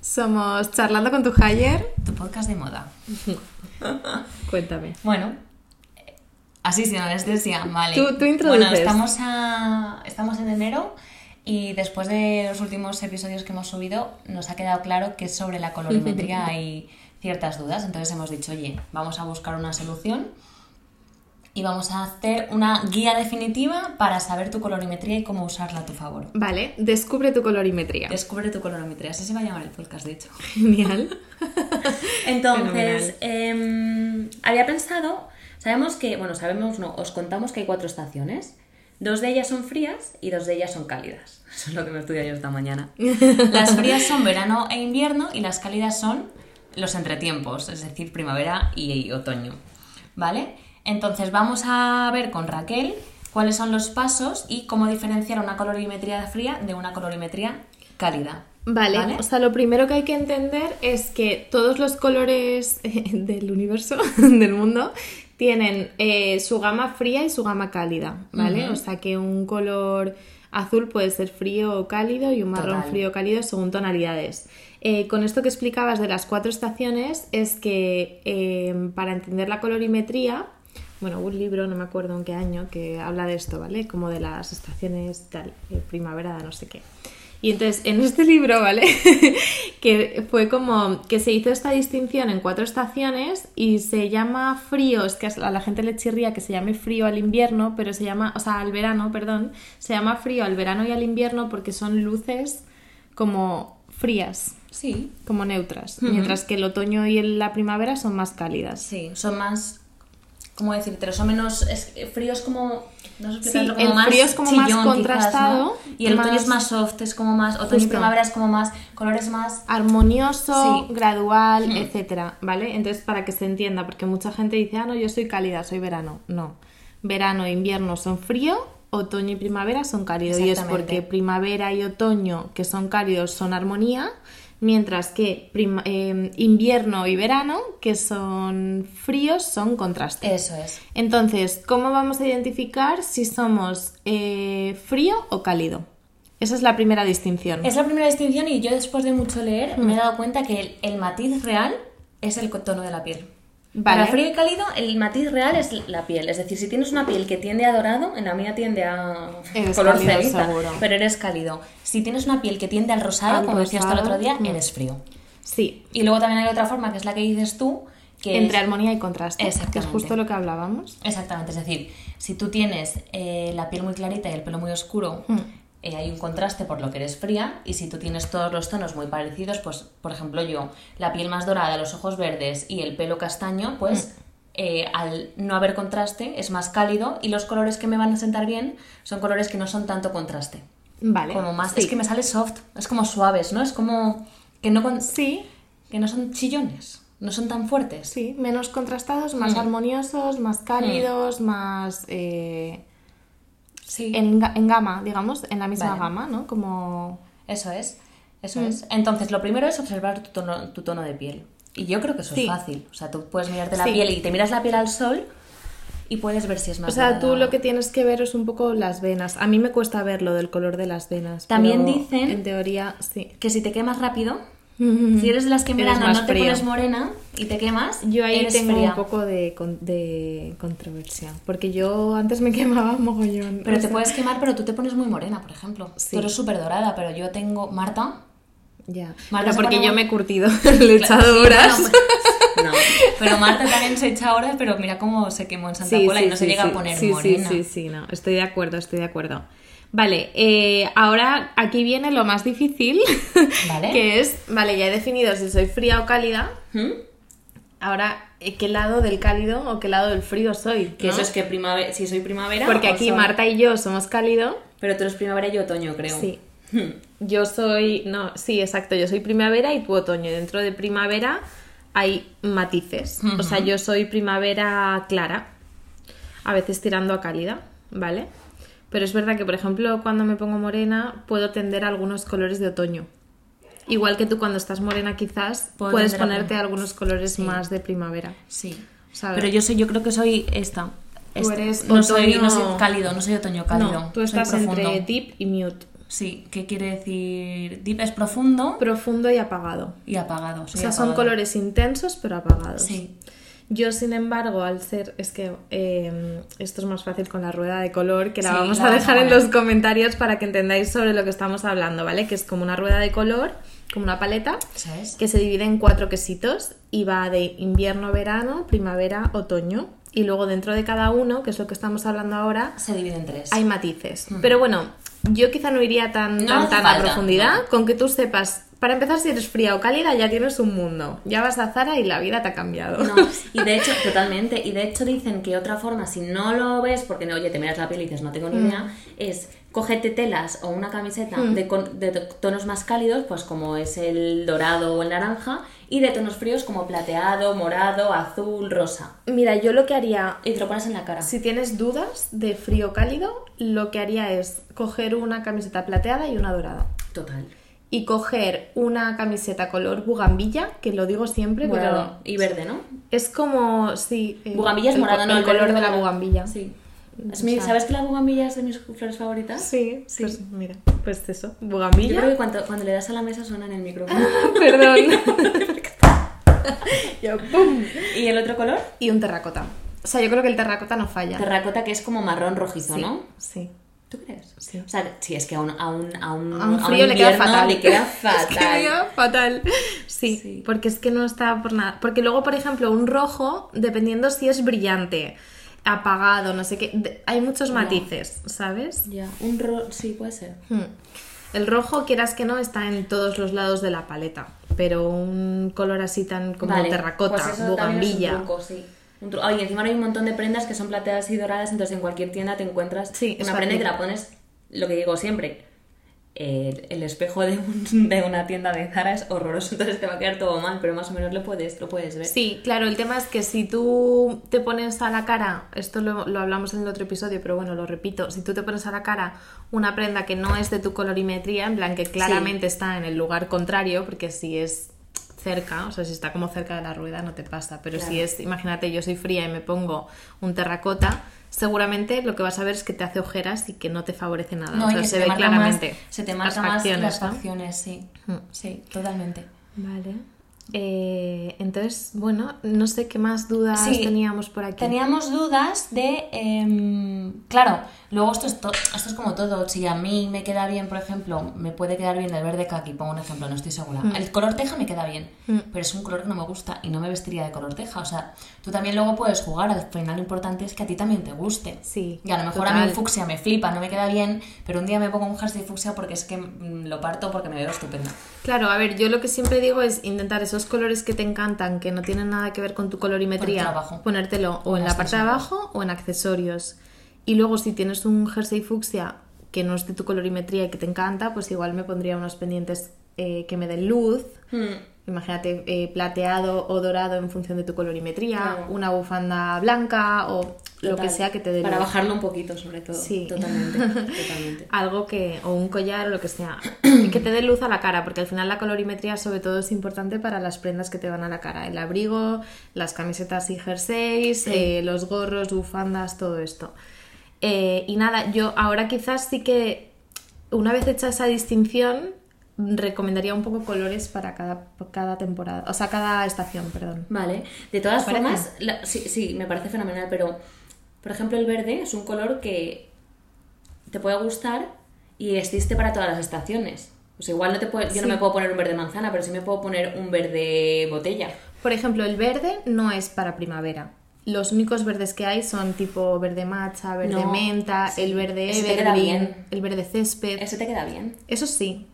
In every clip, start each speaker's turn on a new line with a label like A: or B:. A: Somos Charlando con tu Hayer.
B: Tu podcast de moda.
A: Cuéntame.
B: Bueno, eh, así sin anestesia, vale.
A: Tú- tú introduces.
B: Bueno, estamos, a- estamos en enero y después de los últimos episodios que hemos subido, nos ha quedado claro que sobre la colorimetría hay ciertas dudas. Entonces hemos dicho, oye, vamos a buscar una solución y vamos a hacer una guía definitiva para saber tu colorimetría y cómo usarla a tu favor.
A: Vale, descubre tu colorimetría.
B: Descubre tu colorimetría. Así se va a llamar el podcast, de hecho.
A: Genial.
B: Entonces, em, había pensado, sabemos que, bueno, sabemos no, os contamos que hay cuatro estaciones. Dos de ellas son frías y dos de ellas son cálidas. Eso es lo que me estudia yo esta mañana. Las frías son verano e invierno y las cálidas son los entretiempos, es decir, primavera y, y otoño. ¿Vale? Entonces vamos a ver con Raquel cuáles son los pasos y cómo diferenciar una colorimetría fría de una colorimetría cálida.
A: Vale, o sea, lo primero que hay que entender es que todos los colores eh, del universo, del mundo, tienen eh, su gama fría y su gama cálida, ¿vale?
B: Ujú.
A: O sea, que un color azul puede ser frío o cálido y un marrón
B: Total.
A: frío o cálido según tonalidades. Eh, con esto que explicabas de las cuatro estaciones es que eh, para entender la colorimetría, bueno, hubo un libro, no me acuerdo en qué año, que habla de esto, ¿vale? Como de las estaciones tal, eh, primavera, no sé qué. Y entonces, en este libro, ¿vale? que fue como que se hizo esta distinción en cuatro estaciones y se llama frío, es que a la gente le chirría que se llame frío al invierno, pero se llama, o sea, al verano, perdón, se llama frío al verano y al invierno porque son luces como frías,
B: Sí,
A: como neutras,
B: Ujú.
A: mientras que el otoño y el- la primavera son más cálidas.
B: Sí, son más. ¿Cómo decirte? Son menos. Es, fríos como. No sé
A: Sí,
B: explicarlo,
A: el frío es como más contrastado,
B: quizás, ¿no? Y el otoño es
A: más-
B: más soft, es como más. Otoño y
A: Justo.
B: primavera es como más. Colores más.
A: armonioso,
B: Sí. Mm.
A: gradual,
B: Ujú.
A: etcétera, ¿vale? Entonces, para que se entienda, porque mucha gente dice, ah, no, yo soy cálida, soy verano. No. Verano e invierno son frío, otoño y primavera son cálido. Y es
B: Exactamente.
A: porque primavera y otoño, que son cálidos, son armonía, mientras que prim- eh, invierno y verano, que son fríos, son contraste.
B: Eso es.
A: Entonces, ¿cómo vamos a identificar si somos eh, frío o cálido? Esa es la primera distinción.
B: Es la primera distinción y yo después de mucho leer me he dado cuenta que el, el matiz real es el tono de la piel.
A: Vale.
B: Para frío y cálido, el matiz real es la piel. Es decir, si tienes una piel que tiende a dorado, en la mía tiende a
A: Eres
B: color
A: cálido,
B: ceniza,
A: seguro.
B: pero eres cálido. Si tienes una piel que tiende al rosado,
A: Al
B: como decías tú el
A: rosado,
B: otro día,
A: mm.
B: eres frío.
A: Sí,
B: Y luego también hay otra forma, que es la que dices tú, que
A: entre
B: es...
A: armonía y contraste, que es
B: Exactamente.
A: justo lo que hablábamos.
B: Exactamente, es decir, si tú tienes eh, la piel muy clarita y el pelo muy oscuro,
A: Hmm.
B: eh, hay un contraste por lo que eres fría, y si tú tienes todos los tonos muy parecidos, pues, por ejemplo, yo, la piel más dorada, los ojos verdes y el pelo castaño, pues...
A: Hmm.
B: eh, al no haber contraste es más cálido y los colores que me van a sentar bien son colores que no son tanto contraste.
A: Vale.
B: Como más...
A: sí.
B: Es que me sale soft, es como suaves, ¿no? Es como... Que no, con-
A: Sí,
B: que no son chillones, no son tan fuertes.
A: sí, menos contrastados, más
B: Mm.
A: armoniosos, más cálidos, más eh,
B: Sí.
A: en, ga- en gama, digamos, en la misma
B: Vale.
A: gama, ¿no? Como
B: Eso es,
A: Mm.
B: eso es. Entonces, lo primero es observar tu tono, tu tono de piel. Y yo creo que eso
A: Sí.
B: es fácil. O sea, tú puedes mirarte la
A: Sí.
B: piel y te miras la piel al sol y puedes ver si es más
A: o sea,
B: dorada
A: tú
B: o-
A: lo que tienes que ver es un poco las venas. A mí me cuesta ver lo del color de las venas.
B: También
A: pero
B: dicen-
A: en teoría, sí.
B: Que si te quemas rápido, si eres de las que en
A: Mm. Eres
B: verano
A: más
B: no te
A: frío.
B: pones morena y te quemas,
A: Yo ahí
B: eres
A: tengo
B: fría.
A: un poco de, con- de controversia, porque yo antes me quemaba mogollón.
B: Pero
A: o
B: te
A: sea,
B: puedes quemar, pero tú te pones muy morena, por ejemplo.
A: Sí.
B: Tú eres súper dorada, pero yo tengo... ¿Marta?
A: Ya.
B: Marta
A: Pero
B: se
A: porque
B: pone
A: yo
B: muy-
A: me he curtido, le he echado horas.
B: Sí, bueno, no, pero Marta también se echa horas, pero mira cómo se quemó en Santa
A: Sí,
B: Pola y
A: sí,
B: no
A: sí,
B: se llega
A: sí.
B: a poner
A: Sí, sí,
B: morena.
A: Sí, sí, no, estoy de acuerdo, estoy de acuerdo. Vale, eh, ahora aquí viene lo más difícil,
B: Vale.
A: que es, vale, ya he definido si soy fría o cálida,
B: ¿Mm?
A: ahora eh, qué lado del cálido o qué lado del frío soy,
B: Que
A: ¿no?
B: eso es que primavera, si soy primavera.
A: Porque
B: o
A: aquí
B: soy-
A: Marta y yo somos cálido,
B: Pero tú eres primavera y yo otoño, creo.
A: sí.
B: Hmm.
A: Yo soy, no, sí, exacto, yo soy primavera y tú otoño. Dentro de primavera hay matices. O sea, yo soy primavera clara, a veces tirando a cálida, ¿vale? Pero es verdad que, por ejemplo, cuando me pongo morena, puedo tender a algunos colores de otoño. Igual que tú cuando estás morena quizás
B: Puedo
A: puedes
B: tender a
A: ponerte
B: prim-
A: algunos colores
B: Sí.
A: más de primavera.
B: Sí.
A: ¿sabes?
B: Pero yo soy, yo creo que soy esta.
A: Tú
B: Esta.
A: eres
B: no soy,
A: otoño-
B: no soy cálido, no soy otoño cálido.
A: no, tú
B: soy
A: estás
B: profundo.
A: entre deep y mute.
B: Sí, ¿qué quiere decir? Deep es profundo
A: Profundo y apagado.
B: y apagado.
A: O
B: soy
A: sea, son
B: apagada.
A: colores intensos pero apagados.
B: Sí.
A: Yo, sin embargo, al ser. Es que eh, esto es más fácil con la rueda de color, que la
B: Sí,
A: vamos
B: la
A: a
B: vamos a
A: dejar en
B: poner.
A: los comentarios para que entendáis sobre lo que estamos hablando, ¿vale? Que es como una rueda de color, como una paleta,
B: ¿Sabes?
A: que se divide en cuatro quesitos y va de invierno, verano, primavera, otoño. Y luego dentro de cada uno, que es lo que estamos hablando ahora,
B: Se divide en tres.
A: hay matices. Pero bueno, yo quizá no iría tan,
B: Mm. No
A: tan,
B: hace
A: tan a
B: falta,
A: profundidad.
B: no.
A: Con que tú sepas, para empezar, si eres fría o cálida, ya tienes un mundo. Ya vas a Zara y la vida te ha cambiado.
B: No, y de hecho, totalmente, y de hecho dicen que otra forma, si no lo ves, porque no, oye, te miras la piel y dices, no tengo
A: Mm.
B: ni idea, es cógete telas o una camiseta de, con- de to- tonos más cálidos, pues como es el dorado o el naranja, y de tonos fríos como plateado, morado, azul, rosa.
A: Mira, yo lo que haría,
B: Y te lo pones en la cara.
A: si tienes dudas de frío o cálido, lo que haría es coger una camiseta plateada y una dorada.
B: Total.
A: Y coger una camiseta color bugambilla, que lo digo siempre,
B: Morado
A: pero
B: y verde, ¿no?
A: es como, sí... eh,
B: Bugambilla es
A: el-
B: morado, ¿no?
A: El,
B: el
A: color
B: verde
A: de la
B: morado.
A: bugambilla.
B: Sí. Es
A: O
B: mi-
A: sea-
B: ¿Sabes que la bugambilla es de mis flores favoritas?
A: Sí,
B: Sí.
A: pues mira, pues eso,
B: Yo
A: bugambilla.
B: creo que cuando, cuando le das a la mesa suena en el micrófono.
A: Perdón. Yo, pum.
B: ¿Y el otro color?
A: Y un terracota. O sea, yo creo que el terracota no falla.
B: Terracota, que es como marrón rojizo,
A: sí,
B: ¿no?
A: Sí.
B: ¿Tú crees?
A: Sí.
B: O sea, sí, es que a un, a un, a un,
A: A un
B: Mm, a un
A: frío le queda
B: invierno
A: fatal.
B: le queda
A: Es que
B: fatal.
A: le queda fatal. Sí,
B: Sí.
A: porque es que no está por nada. Porque luego, por ejemplo, un rojo, dependiendo si es brillante, apagado, no sé qué, de- hay muchos matices, ¿sabes?
B: Ya, un ro... Sí, puede ser.
A: Hmm. El rojo, quieras que no, está en todos los lados de la paleta. Pero un color así tan como
B: Vale,
A: terracota,
B: pues eso
A: bugambilla.
B: también es un truco, sí. Un tru- Oye, encima ahora hay un montón de prendas que son plateadas y doradas, entonces en cualquier tienda te encuentras
A: Sí, es
B: una prenda y te
A: fácil.
B: la pones, lo que digo siempre, el, el espejo de, un- de una tienda de Zara es horroroso, entonces te va a quedar todo mal, pero más o menos lo puedes, lo puedes ver.
A: Sí, claro, el tema es que si tú te pones a la cara, esto lo, lo hablamos en el otro episodio, pero bueno, lo repito, si tú te pones a la cara una prenda que no es de tu colorimetría, en plan que claramente está en el lugar contrario, porque si es cerca, o sea, si está como cerca de la rueda no te pasa, pero si
B: Claro.
A: es, imagínate, yo soy fría y me pongo un terracota, seguramente lo que vas a ver es que te hace ojeras y que no te favorece nada, o
B: y
A: sea,
B: que
A: se,
B: te
A: ve
B: marca
A: claramente.
B: Más, se te
A: las
B: marca más las
A: facciones, ¿no? Hmm.
B: facciones, sí. Sí, totalmente.
A: Vale. Eh, entonces, bueno, no sé qué más dudas
B: Sí.
A: teníamos por aquí.
B: Teníamos dudas de. em, claro, luego esto es, to- esto es como todo. Si a mí me queda bien, por ejemplo, me puede quedar bien el verde kaki, pongo un ejemplo, no estoy segura.
A: Mm.
B: El color teja me queda bien, pero es un color que no me gusta y no me vestiría de color teja. O sea, tú también luego puedes jugar. Al final lo importante es que a ti también te guste.
A: Sí,
B: Y a lo mejor a mí
A: total.
B: un fucsia me flipa, no me queda bien, pero un día me pongo un jersey fucsia porque es que mm, lo parto porque me veo estupenda.
A: Claro, a ver, yo lo que siempre digo es intentar esos colores que te encantan, que no tienen nada que ver con tu colorimetría,
B: Ponértelo abajo.
A: ponértelo o en
B: En
A: la parte de
B: accesorios.
A: abajo o en accesorios. Y luego si tienes un jersey fucsia que no es de tu colorimetría y que te encanta, pues igual me pondría unos pendientes eh, que me den luz.
B: Mm.
A: Imagínate eh, plateado o dorado en función de tu colorimetría,
B: Claro.
A: una bufanda blanca o lo que
B: Total.
A: sea que te dé
B: Para
A: luz.
B: bajarlo un poquito, sobre todo.
A: Sí.
B: Totalmente, totalmente.
A: algo que, o un collar o lo que sea, que te dé luz a la cara, porque al final la colorimetría sobre todo es importante para las prendas que te van a la cara, el abrigo, las camisetas y jerseys, eh, los gorros, bufandas, todo esto. Eh, y nada, yo ahora quizás sí que, una vez hecha esa distinción, recomendaría un poco colores para cada, cada temporada, o sea, cada estación, perdón.
B: Vale, de todas
A: ¿Te parece?
B: formas, la- sí, sí, me parece fenomenal, pero por ejemplo el verde es un color que te puede gustar y existe para todas las estaciones. O sea, igual no te puede- yo no
A: Sí.
B: me puedo poner un verde manzana, pero sí me puedo poner un verde botella.
A: Por ejemplo, el verde no es para primavera. Los únicos verdes que hay son tipo verde matcha, verde
B: No,
A: menta,
B: sí.
A: el verde
B: Ese te queda
A: evergreen,
B: bien.
A: el verde césped.
B: Eso te queda bien.
A: Eso sí.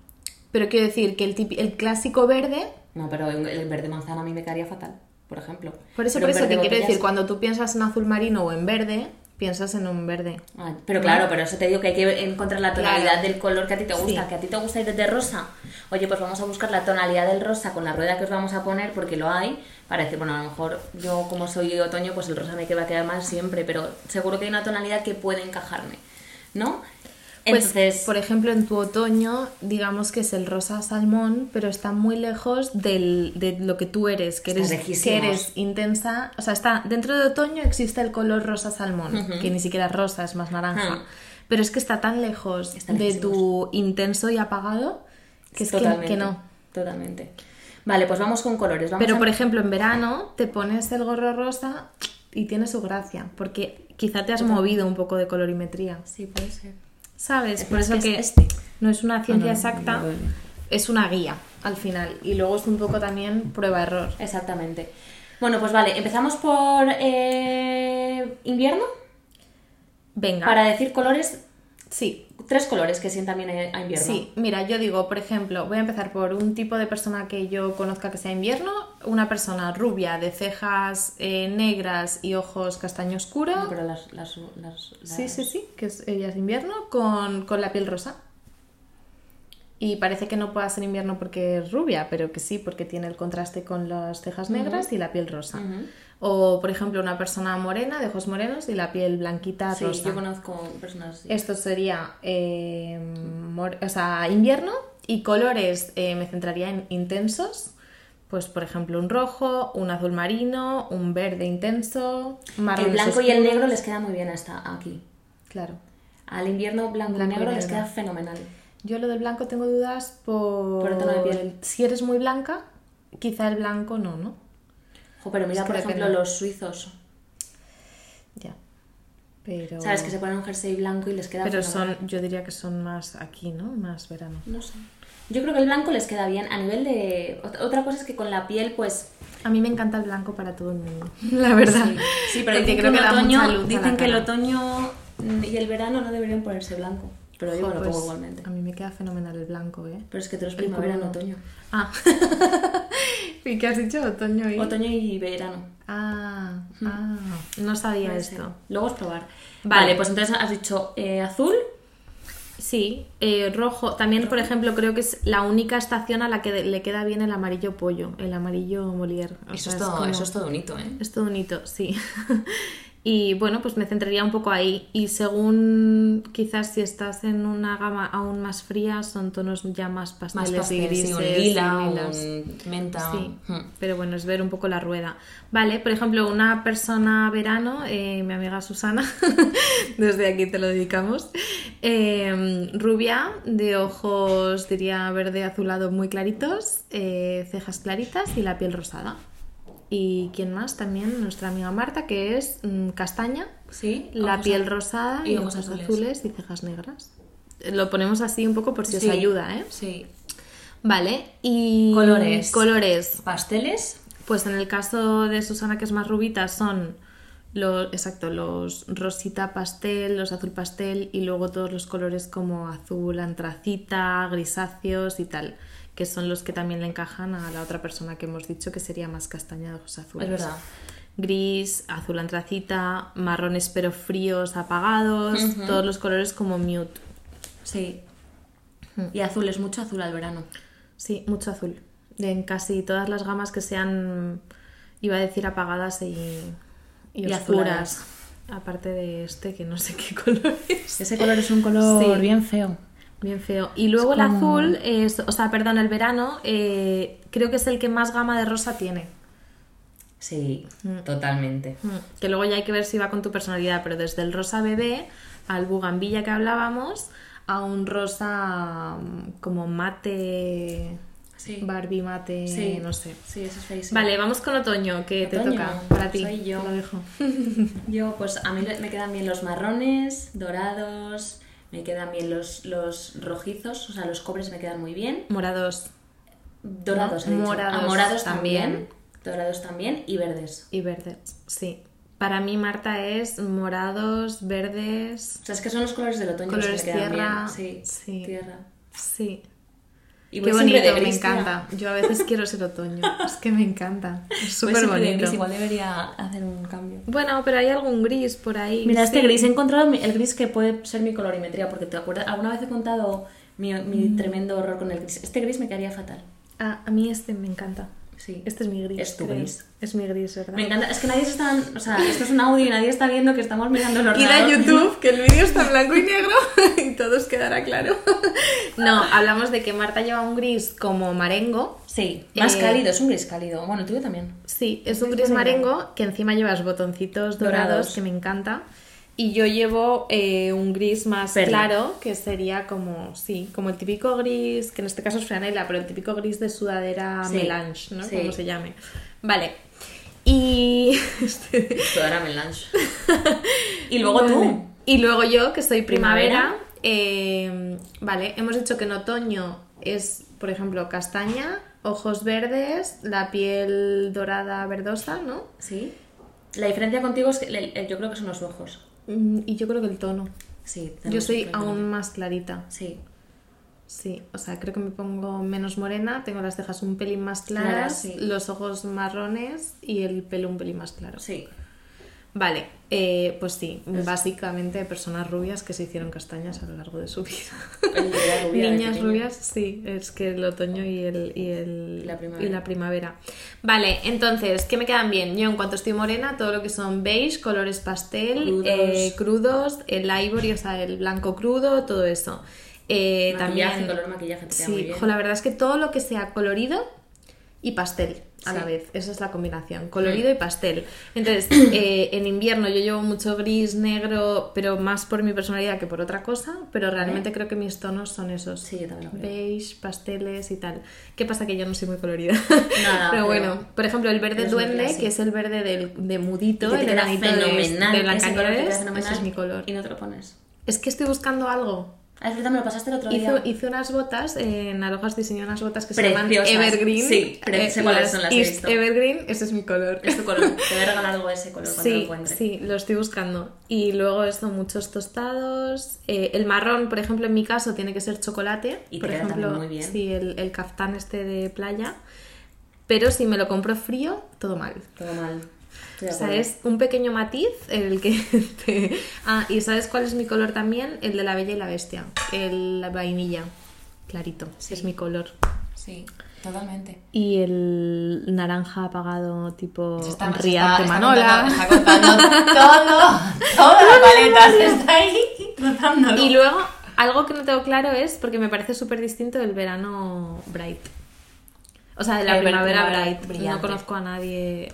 A: Pero quiero decir que el, tipi- el clásico verde,
B: No, pero un- el verde manzana a mí me quedaría fatal, por ejemplo.
A: por eso,
B: Pero
A: por
B: un
A: eso
B: verde
A: te quiero
B: botella
A: decir,
B: sí.
A: cuando tú piensas en azul marino o en verde, piensas en un verde.
B: Ah, pero claro, pero eso te digo que hay que encontrar la
A: Claro.
B: tonalidad del color que a ti te gusta,
A: Sí.
B: que a ti te gusta ir de rosa. Oye, pues vamos a buscar la tonalidad del rosa con la rueda que os vamos a poner, porque lo hay, para decir, bueno, a lo mejor yo como soy otoño, pues el rosa me va a quedar mal siempre, pero seguro que hay una tonalidad que puede encajarme, ¿no?
A: Pues,
B: Entonces,
A: por ejemplo, en tu otoño, digamos que es el rosa salmón, pero está muy lejos del- de lo que tú eres, que
B: Está
A: eres, que
B: lejísimos.
A: eres intensa. O sea, está dentro de otoño existe el color rosa salmón, que ni siquiera es rosa, es más naranja.
B: Ah.
A: Pero es que está tan lejos
B: Están
A: de
B: lejísimos.
A: tu intenso y apagado que es que-
B: totalmente,
A: que no.
B: Totalmente. Vale, pues vamos con colores. Vamos
A: Pero,
B: a-
A: por ejemplo, en verano te pones el gorro rosa y tiene su gracia, porque quizá te has movido un poco de colorimetría,
B: Sí, puede ser.
A: ¿sabes?
B: Es
A: Por
B: más
A: eso
B: que
A: que
B: es este.
A: no es una ciencia
B: Ah, no,
A: exacta,
B: no, no, no.
A: es una guía al final. Y luego es un poco también prueba-error.
B: Exactamente. Bueno, pues vale, empezamos por eh, invierno.
A: Venga,
B: Para decir colores,
A: sí,
B: tres colores que sientan bien a a invierno.
A: sí. Mira, yo digo, por ejemplo, voy a empezar por un tipo de persona que yo conozca que sea invierno, una persona rubia, de cejas eh, negras y ojos castaño oscuro.
B: No, pero las, las, las-
A: Sí,
B: las-
A: sí, sí, que es, ella es invierno con, con la piel rosa. Y parece que no pueda ser invierno porque es rubia, pero que sí, porque tiene el contraste con las cejas negras y la piel rosa.
B: Ujú.
A: O, por ejemplo, una persona morena, de ojos morenos y la piel blanquita
B: Sí,
A: rosa.
B: yo conozco personas. así.
A: Esto sería eh, mor- o sea, invierno y colores eh, me centraría en intensos. Pues, por ejemplo, un rojo, un azul marino, un verde intenso, marrón
B: el blanco y el negro les queda muy bien hasta aquí.
A: Claro.
B: Al invierno blanco,
A: Blanco
B: y
A: y
B: negro les
A: negro.
B: queda fenomenal.
A: Yo lo del blanco tengo dudas por...
B: Por el tono de piel.
A: Si eres muy blanca, quizá el blanco no, ¿no?
B: Jo, pero mira,
A: Es que
B: por ejemplo,
A: depende.
B: los suizos.
A: Ya. Pero...
B: ¿Sabes? Que se ponen un jersey blanco y les queda
A: Pero
B: fenomenal.
A: son, yo diría que son más aquí, ¿no? Más verano.
B: No sé. Yo creo que el blanco les queda bien a nivel de... ot- Otra cosa es que con la piel, pues...
A: A mí me encanta el blanco para todo el mundo, la verdad.
B: Sí, sí, pero
A: Porque creo
B: dicen, que,
A: que
B: el
A: da
B: otoño,
A: mucha luz a la
B: dicen que el
A: cara.
B: otoño mm, y el verano no deberían ponerse blanco. Pero yo me lo
A: Joder,
B: pongo
A: pues,
B: igualmente.
A: A mí me queda fenomenal el blanco, ¿eh?
B: Pero es que tú eres
A: El
B: primavera en
A: cubano.
B: otoño.
A: Ah. ¿Y qué has dicho? Otoño y...
B: Otoño y verano.
A: Ah, ah. No sabía
B: Puede ser.
A: esto.
B: Luego es probar. Vale,
A: Vale.
B: pues entonces has dicho eh, azul.
A: Sí, eh, rojo. También, por ejemplo, creo que es la única estación a la que de- le queda bien el amarillo pollo, el amarillo molière. O sea, como-
B: un hito, ¿eh?
A: es todo un hito, sí. y bueno, pues me centraría un poco ahí. Y según quizás si estás en una gama aún más fría, son tonos ya más pasteles y grises. y lilas.
B: menta. hmm.
A: Sí, pero bueno, es ver un poco la rueda. Vale, por ejemplo, una persona verano, eh, mi amiga Susana, desde aquí te lo dedicamos, eh, rubia, de ojos, diría, verde azulado muy claritos, eh, cejas claritas y la piel rosada. ¿Y quién más? También nuestra amiga Marta, que es mm, castaña,
B: Sí,
A: la
B: ojos
A: piel
B: a-
A: rosada
B: y
A: y,
B: ojos
A: ojos
B: azules.
A: azules. y cejas negras. Lo ponemos así un poco por si
B: Sí.
A: os ayuda, ¿eh?
B: Sí.
A: Vale, y...
B: Colores.
A: Colores.
B: Pasteles.
A: Pues en el caso de Susana, que es más rubita, son los, exacto, los rosita pastel, los azul pastel y luego todos los colores como azul, antracita, grisáceos y tal, que son los que también le encajan a la otra persona que hemos dicho que sería más castaña de ojos azules.
B: Es verdad.
A: Gris, azul antracita, marrones pero fríos, apagados,
B: Ujú.
A: todos los colores como mute.
B: Sí. Y azul, es mucho azul al verano.
A: Sí, mucho azul. En casi todas las gamas que sean, iba a decir apagadas y, y
B: Y
A: oscuras. Aparte de este, que no sé qué color es.
B: Ese color es un
A: color
B: bien feo.
A: Bien feo. Y luego
B: Es
A: el
B: como-
A: azul, es- o sea, perdón, el verano, eh, creo que es el que más gama de rosa tiene.
B: Sí, totalmente.
A: Mm, Que luego ya hay que ver si va con tu personalidad, pero desde el rosa bebé al bugambilla que hablábamos, a un rosa mm, como mate,
B: Sí.
A: Barbie mate,
B: Sí.
A: no sé.
B: Sí, eso es feísimo.
A: Vale, vamos con otoño, que te
B: Otoño,
A: toca para ti.
B: soy yo.
A: Te lo dejo.
B: Yo, pues a mí le- me quedan bien los marrones, dorados, me quedan bien los, los rojizos, o sea, los cobres me quedan muy bien.
A: Morados
B: Dorados, he dicho.
A: Morados
B: Ah, morados también.
A: también.
B: Dorados también y verdes.
A: y verdes, sí. Para mí, Marta, es morados, verdes.
B: O sea, es que son los colores del otoño los
A: Colores
B: que me quedan
A: tierra,
B: bien. Sí,
A: sí.
B: tierra.
A: Sí.
B: Y
A: Qué
B: voy siempre
A: bonito,
B: de
A: me
B: gris, tía.
A: encanta. Yo a veces quiero ser otoño. Es que me encanta. Es
B: Voy
A: súper
B: siempre de gris,
A: bonito.
B: Igual debería hacer un cambio.
A: Bueno, pero hay algún gris por ahí.
B: Mira,
A: sí.
B: este gris, he encontrado mi- el gris que puede ser mi colorimetría, porque te acuerdas, alguna vez he contado mi, mi
A: Mm.
B: tremendo horror con el gris. Este gris me quedaría fatal.
A: Ah, a mí este me encanta.
B: Sí.
A: Este es mi gris.
B: Es tu
A: creo.
B: gris.
A: Es mi gris, ¿verdad?
B: Me encanta, es que nadie se está, o sea, esto es un audio y nadie está viendo que estamos mirando el
A: Ir a
B: ordenador.
A: YouTube, que el vídeo está en blanco y negro y todos quedará claro. No, hablamos de que Marta lleva un gris como marengo.
B: Sí, más
A: Eh,
B: cálido, es un gris cálido. Bueno, el tuyo también.
A: Sí, es un gris marengo que encima llevas botoncitos dorados,
B: Dorados.
A: que me encanta. Y yo llevo eh, un gris más
B: Perla.
A: claro, que sería como, sí, como el típico gris, que en este caso es franela, pero el típico gris de sudadera
B: Sí,
A: melange, ¿no?
B: sí.
A: Como se llame. Vale. Y. este,
B: Sudadera melange. y luego
A: Vale.
B: tú.
A: Y luego yo, que soy primavera.
B: Primavera.
A: eh, vale, hemos dicho que en otoño es, por ejemplo, castaña, ojos verdes, la piel dorada verdosa, ¿no?
B: Sí. La diferencia contigo es que le- eh, yo creo que son los ojos.
A: Mm, Y yo creo que el tono.
B: Sí.
A: Yo
B: tenemos
A: soy
B: que-
A: aún más clarita.
B: Sí.
A: Sí, o sea, creo que me pongo menos morena, tengo las cejas un pelín más claras,
B: Claras, sí.
A: los ojos marrones y el pelo un pelín más claro.
B: Sí.
A: Vale, eh, pues sí, básicamente personas rubias que se hicieron castañas a lo largo de su vida.
B: Oye, yo era rubia de
A: Niñas
B: pequeña.
A: rubias, sí, es que el otoño y, el, y, el-
B: La primavera.
A: y la primavera. Vale, entonces, ¿qué me quedan bien? Yo en cuanto estoy morena, todo lo que son beige, colores pastel,
B: Crudos.
A: eh, crudos, el ivory, o sea, el blanco crudo, todo eso. Eh,
B: Maquillaje,
A: también
B: color maquillaje, te queda muy
A: Sí,
B: bien.
A: jo, la verdad es que todo lo que sea colorido y pastel a
B: Sí. Mm.
A: la vez, esa es la combinación, colorido y pastel. Entonces, eh, en invierno yo llevo mucho gris, negro, pero más por mi personalidad que por otra cosa, pero realmente creo que mis tonos son esos.
B: ¿Eh? Sí, yo también lo creo.
A: Beige, pasteles y tal. ¿Qué pasa? Que yo no soy muy colorida.
B: Nada,
A: pero bueno,
B: pero-
A: por ejemplo, el verde
B: eres muy
A: duende,
B: classy.
A: que es el verde del, de mudito,
B: Que te
A: el
B: queda
A: enanito de-
B: fenomenal.
A: de
B: ese color te queda
A: Blancanieves,
B: fenomenal
A: ese es mi color.
B: Y no te lo pones.
A: Es que estoy buscando algo.
B: Ah, es verdad, me lo pasaste el otro
A: Hizo,
B: día.
A: hice unas botas, eh, en Alojas diseñó unas botas que
B: Preciosas.
A: se llaman Evergreen. Eh,
B: Sí, pre- sé cuáles son, las he
A: East
B: visto.
A: Evergreen, ese es mi color.
B: Es tu color. Te voy a regalar algo de ese color cuando lo
A: Sí,
B: encuentre.
A: sí, lo estoy buscando. Y luego eso, muchos tostados. Eh, el marrón, por ejemplo, en mi caso tiene que ser chocolate.
B: Y te
A: por
B: queda
A: ejemplo,
B: también muy bien.
A: sí, el, el caftán este de playa. Pero si me lo compro frío, todo mal.
B: Todo mal. Estoy de
A: O sea,
B: acuerdo.
A: es un pequeño matiz el que te... Ah, y ¿sabes cuál es mi color también? El de la bella y la bestia. El la vainilla. Clarito.
B: Sí.
A: Es mi color.
B: Sí, totalmente.
A: Y el naranja apagado tipo
B: Se está- se
A: Riad
B: está-
A: de
B: está
A: Manola.
B: contando- está contando todo, toda la paleta se está ahí rozándolo.
A: Y luego, algo que no tengo claro es, porque me parece súper distinto del verano bright. O sea, de la
B: El ver-
A: primavera
B: primavera
A: bright.
B: brillante.
A: No conozco a nadie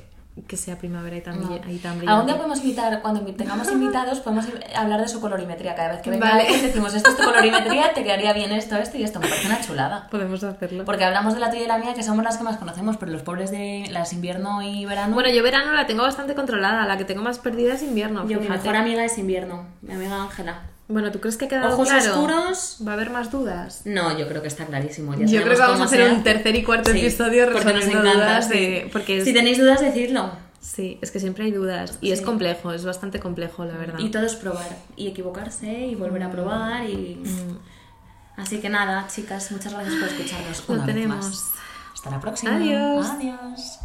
A: que sea primavera y tan,
B: No.
A: brill- y tan brillante.
B: ¿A dónde podemos invitar? Cuando invi- tengamos invitados, podemos ir- hablar de su colorimetría. Cada vez que venga
A: Vale.
B: alguien, decimos: Esto es tu colorimetría, te quedaría bien esto, esto y esto. Me parece una chulada.
A: Podemos hacerlo.
B: Porque hablamos de la tuya y la mía, que somos las que más conocemos, pero los pobres de las invierno y verano.
A: Bueno, yo verano la tengo bastante controlada. La que tengo más perdida es invierno.
B: Yo, mi
A: fíjate.
B: mejor amiga es invierno, mi amiga Ángela.
A: Bueno, ¿tú crees que ha quedado
B: Ojos
A: claro?
B: oscuros.
A: ¿Va a haber más dudas?
B: No, yo creo que está clarísimo.
A: Yo creo
B: sabemos
A: que vamos
B: cómo
A: a hacer
B: será.
A: un tercer y cuarto episodio
B: porque nos
A: resolviendo
B: encanta,
A: dudas
B: sí.
A: de- porque es-
B: Si tenéis dudas, decidlo.
A: Sí, es que siempre hay dudas. Y es complejo, es bastante complejo, la verdad.
B: Y todo es probar. Y equivocarse y volver a
A: Mm.
B: probar. y Así que nada, chicas, muchas gracias por escucharnos.
A: Lo
B: una vez
A: tenemos.
B: más. Hasta la próxima.
A: Adiós.
B: Adiós.